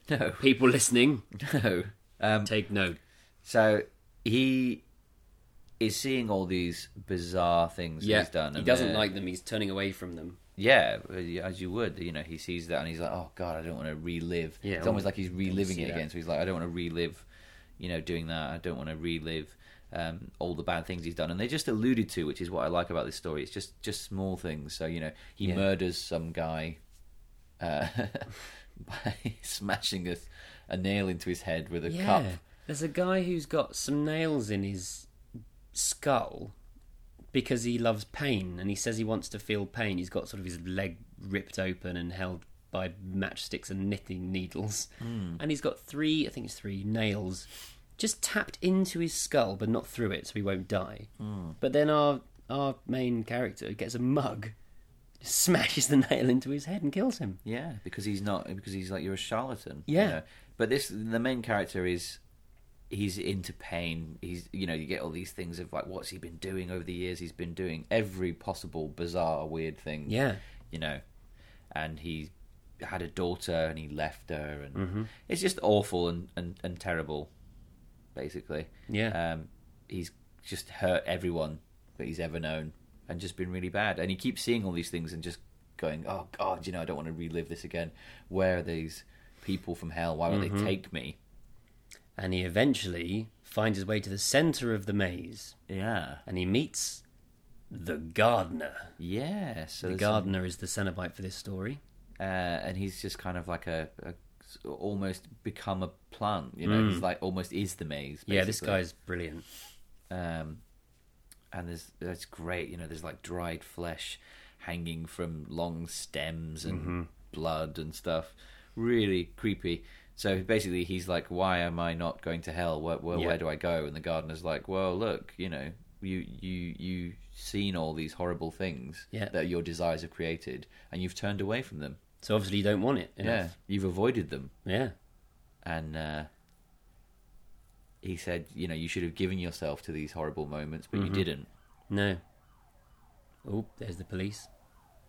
No. People listening, No. Um, take note. So he is seeing all these bizarre things yeah, he's done. he and doesn't they're- like them. He's turning away from them. Yeah, as you would, you know, he sees that and he's like, "Oh God, I don't want to relive." Yeah, oh, it's I wouldn't- almost like he's reliving see it that. again. So he's like, "I don't want to relive, you know, doing that. I don't want to relive um, all the bad things he's done." And they just alluded to, which is what I like about this story. It's just just small things. So you know, he Yeah. murders some guy uh, by smashing a, a nail into his head with a yeah, cup. there's a guy who's got some nails in his skull because he loves pain, and he says he wants to feel pain. He's got sort of his leg ripped open and held by matchsticks and knitting needles, and he's got three, I think it's three nails, just tapped into his skull, but not through it, so he won't die. But then our our main character gets a mug, smashes the nail into his head, and kills him. Yeah, because he's not because he's like you're a charlatan. you Yeah. know. But this the main character is he's into pain. He's you know, you get all these things of like what's he been doing over the years? He's been doing every possible bizarre weird thing. Yeah. You know. And he had a daughter and he left her and Mm-hmm. it's just awful and, and, and terrible, basically. Yeah. Um he's just hurt everyone that he's ever known and just been really bad. And he keeps seeing all these things and just going, oh God, you know, I don't want to relive this again. Where are these people from hell? Why would Mm-hmm. they take me? and he eventually finds his way to the center of the maze Yeah. and he meets the gardener. Yeah. So The there's gardener is the Cenobite for this story. uh, and he's just kind of like a, a almost become a plant, you know, he's like almost is the maze. Mm. Yeah, this basically. guy's brilliant. um, and there's that's great. You know, there's like dried flesh hanging from long stems and Mm-hmm. blood and stuff. Really creepy. So basically, he's like, "Why am I not going to hell? Where where, Yeah. where do I go?" And the gardener's like, "Well, look, you know, you you you seen all these horrible things Yeah. that your desires have created, and you've turned away from them. So obviously you don't want it. Yeah, Enough. you've avoided them." Yeah. and uh, he said, you know, you should have given yourself to these horrible moments, Mm-hmm. but you didn't. No. Oh, there's the police.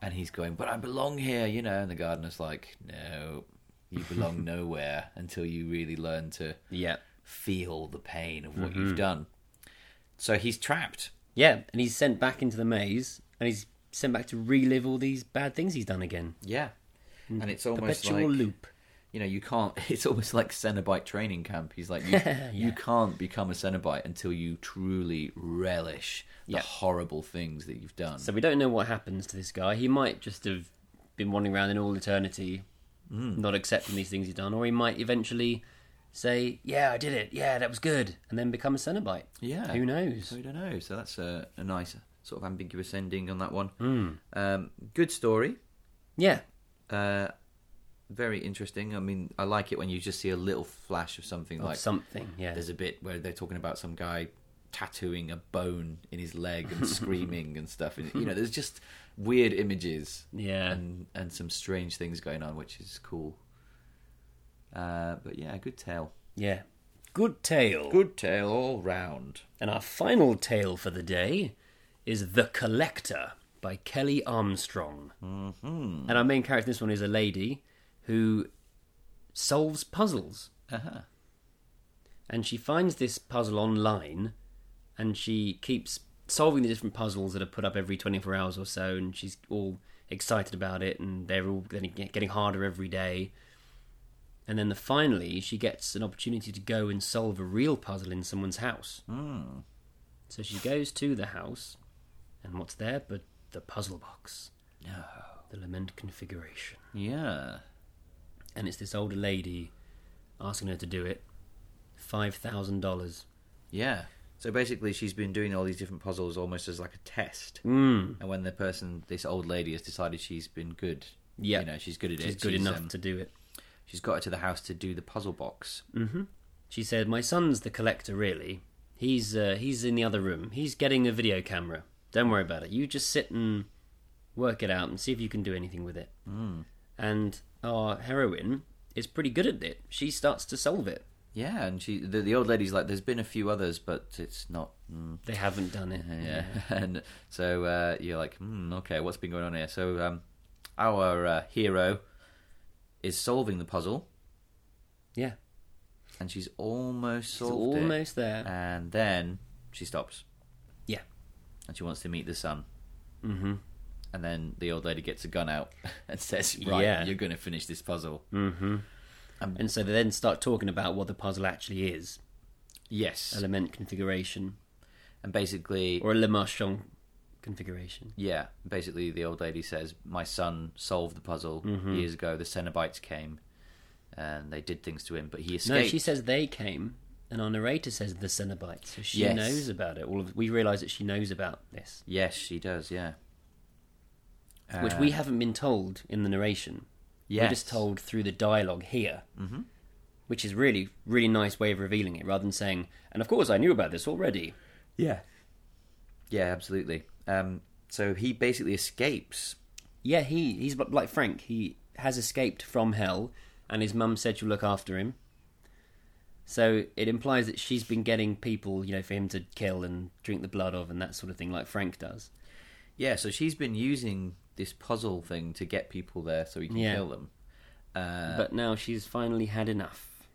And he's going, but I belong here, you know. And the gardener's like, no, you belong nowhere until you really learn to Yeah. feel the pain of what Mm-hmm. you've done. So he's trapped. Yeah, and he's sent back into the maze and he's sent back to relive all these bad things he's done again. Yeah. And it's almost Mm. Perpetual like, loop. you know, you can't, it's almost like Cenobite training camp. He's like, you, you can't become a Cenobite until you truly relish the Yeah. horrible things that you've done. So we don't know what happens to this guy. He might just have been wandering around in all eternity, Hmm. not accepting these things he's done, or he might eventually say, "Yeah, I did it. Yeah, that was good," and then become a Cenobite. Yeah. who knows? So I don't know. So that's a, a nice sort of ambiguous ending on that one. Hmm. Um, good story. Yeah, Uh, very interesting. I mean, I like it when you just see a little flash of something or like something. Yeah, there's a bit where they're talking about some guy tattooing a bone in his leg and screaming and stuff. And, you know, there's just weird images yeah, and, and some strange things going on, which is cool. Uh, but yeah, good tale. yeah. Good tale. Good tale all round. And our final tale for the day is The Collector by Kelly Armstrong. Mm-hmm. And our main character in this one is a lady who solves puzzles. Uh-huh. And she finds this puzzle online and she keeps solving the different puzzles that are put up every 24 hours or so. And she's all excited about it and they're all getting, getting harder every day. And then the, finally, she gets an opportunity to go and solve a real puzzle in someone's house. So she goes to the house, and what's there but the puzzle box, No. the lament configuration. Yeah. And it's this older lady asking her to do it. $5,000. Yeah. So basically, she's been doing all these different puzzles almost as like a test. Mm. And when the person, this old lady, has decided she's been good, Yeah. you know, she's good at She's it. good enough um, to do it. she's got her to the house to do the puzzle box. Mm. She said, My son's the collector, really. He's, uh, he's in the other room. He's getting a video camera. Don't worry about it. You just sit and work it out and see if you can do anything with it. And our heroine is pretty good at it. She starts to solve it. Yeah, and she, the, the old lady's like, "There's been a few others, but it's not." Mm, They haven't done it. yeah, and so uh, you're like, hmm, "Okay, what's been going on here?" So um, our uh, hero is solving the puzzle, Yeah. and she's almost It's solved it. Uh, almost there. and then she stops. and she wants to meet the son. Mm-hmm. And then the old lady gets a gun out and says, "Right, Yeah. Mm. you're going to finish this puzzle." And so they then start talking about what the puzzle actually is Yes, element configuration and basically, or a Le Marchand configuration. yeah, basically the old lady says, "My son solved the puzzle Mm-hmm. years ago. The Cenobites came, and they did things to him, but he escaped." No, she says they came, and our narrator says the Cenobites. So she Yes. knows about it. All of, we realise that she knows about this, yes, she does. Yeah, which we haven't been told in the narration. We're Uh, Yes. just told through the dialogue here, mm-hmm. which is really, really nice way of revealing it, rather than saying, "And of course, I knew about this already." Yeah. Yeah, absolutely. Um, so he basically escapes. Yeah, he he's li- like Frank. He has escaped from hell, and his mum said she'll look after him. So it implies that she's been getting people, you know, for him to kill and drink the blood of, and that sort of thing, like Frank does. Yeah, so she's been using this puzzle thing to get people there so he can Yeah. kill them. but now she's finally had enough.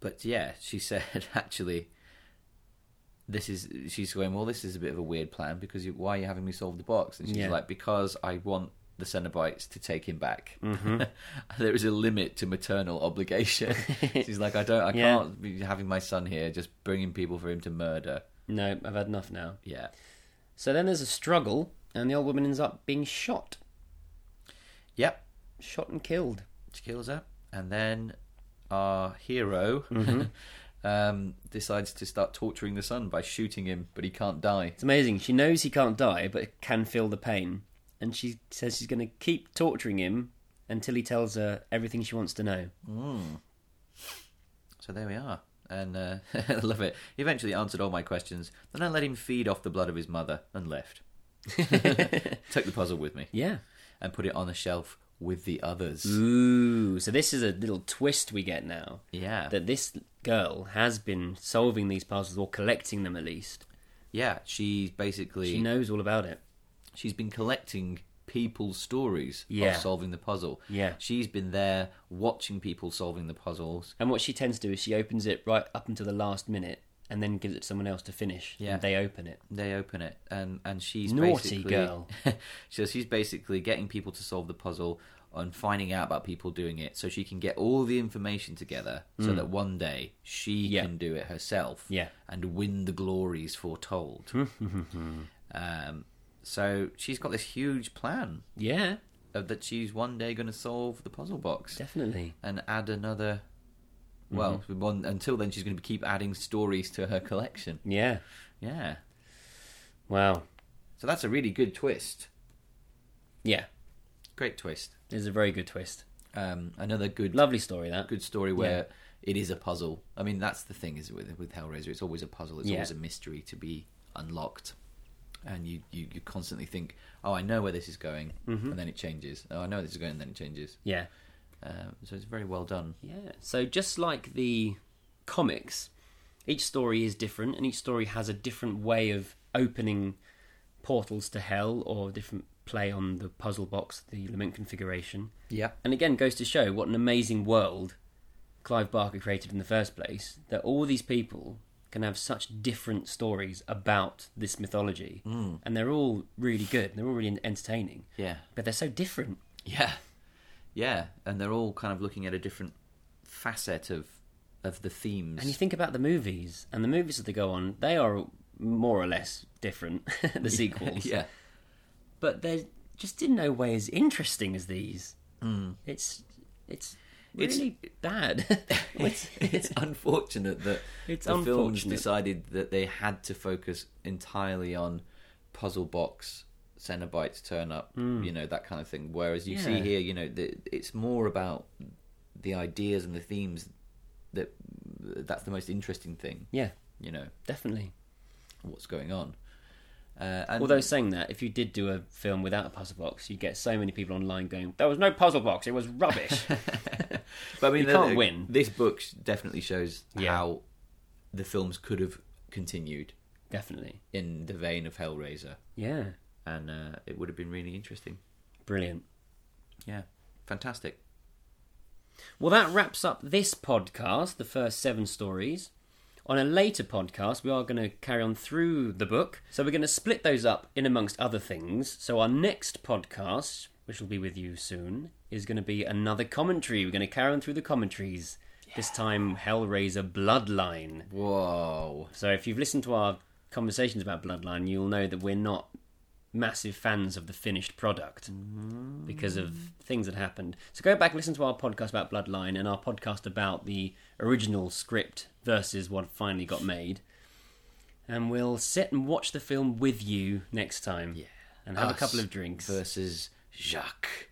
But yeah, she said actually this is she's going, Well, this is a bit of a weird plan because you, why are you having me solve the box? And she's Yeah. like, Because I want the Cenobites to take him back. Mm-hmm. there is a limit to maternal obligation. she's like, I don't I Yeah. can't be having my son here just bringing people for him to murder. No, I've had enough now. Yeah. So then there's a struggle, and the old woman ends up being shot, Yep. shot and killed. She kills her, and then our hero Mm-hmm. um, decides to start torturing the son by shooting him, but he can't die. It's amazing. She knows he can't die, but can feel the pain, and she says she's going to keep torturing him until he tells her everything she wants to know. So there we are. And uh, I love it. He eventually answered all my questions. Then I let him feed off the blood of his mother and left. Took the puzzle with me Yeah. and put it on the shelf with the others. Mm. Ooh. So this is a little twist we get now. Yeah. That this girl has been solving these puzzles or collecting them at least. Yeah, she's basically. She knows all about it. she's been collecting people's stories Yeah. of solving the puzzle. Yeah. She's been there watching people solving the puzzles. And what she tends to do is she opens it right up until the last minute and then gives it to someone else to finish. Yeah. And they open it. They open it, and and she's Naughty basically, girl. so she's basically getting people to solve the puzzle and finding out about people doing it, so she can get all the information together, so that one day she Hmm. Yeah. can do it herself, Yeah. and win the glories foretold. um, so she's got this huge plan Yeah, of that she's one day going to solve the puzzle box definitely. and add another. Well, Mm-hmm. one until then she's going to keep adding stories to her collection. Yeah. Yeah, Wow. so that's a really good twist. Yeah. Great twist. It's a very good twist. Um, another good Lovely story that. good story where it is a puzzle. I mean, that's the thing is with with Hellraiser, it's always a puzzle. It's Yeah. always a mystery to be unlocked, and you you, you constantly think, oh, I know where this is going, Mm-hmm. and then it changes. Oh, I know where this is going, and then it changes. Yeah. Um, so it's very well done. Yeah. So just like the comics, each story is different and each story has a different way of opening portals to hell or a different play on the puzzle box, the lament configuration. Yeah, And again, goes to show what an amazing world Clive Barker created in the first place. That all these people can have such different stories about this mythology, mm. and they're all really good. They're all really entertaining, yeah, but they're so different. yeah, yeah. And they're all kind of looking at a different facet of of the themes. And you think about the movies, and the movies that they go on, they are more or less different. the sequels, yeah, but they're just in no way as interesting as these. Mm. It's it's Hmm. It's- really bad. it's, it's unfortunate that It's the films unfortunate. decided that they had to focus entirely on puzzle box Cenobites turn up, you know that kind of thing. Whereas you see Hmm. Yeah. here, you know, the, it's more about the ideas and the themes that that's the most interesting thing. yeah, You know definitely. what's going on. Uh, and Although saying that, if you did do a film without a puzzle box, you'd get so many people online going, "There was no puzzle box. It was rubbish." But I mean, You the- can't the- win. This book sh- definitely shows Yeah. how the films could have continued Definitely. in the vein of Hellraiser. Yeah. and uh, it would have been really interesting. Brilliant. Yeah, fantastic. Well, that wraps up this podcast, the first seven stories. On a later podcast, we are going to carry on through the book. So we're going to split those up in amongst other things. So our next podcast, which will be with you soon, is going to be another commentary. We're going to carry on through the commentaries. This time, Hellraiser Bloodline. Whoa. So if you've listened to our conversations about Bloodline, you'll know that we're not massive fans of the finished product because of things that happened. So go back, listen to our podcast about Bloodline and our podcast about the original script versus what finally got made. And we'll sit and watch the film with you next time. Yeah. And have a Us couple of drinks. Versus Jacques.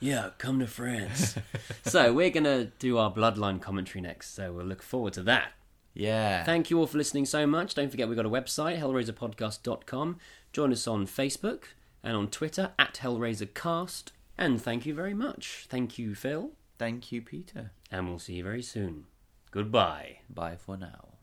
yeah, come to France. so we're going to do our Bloodline commentary next. So we'll look forward to that. Yeah. Thank you all for listening so much. Don't forget we've got a website, hellraiserpodcast.com. Join us on Facebook and on Twitter at HellraiserCast. And thank you very much. Thank you, Phil. Thank you, Peter. And we'll see you very soon. Goodbye. Bye for now.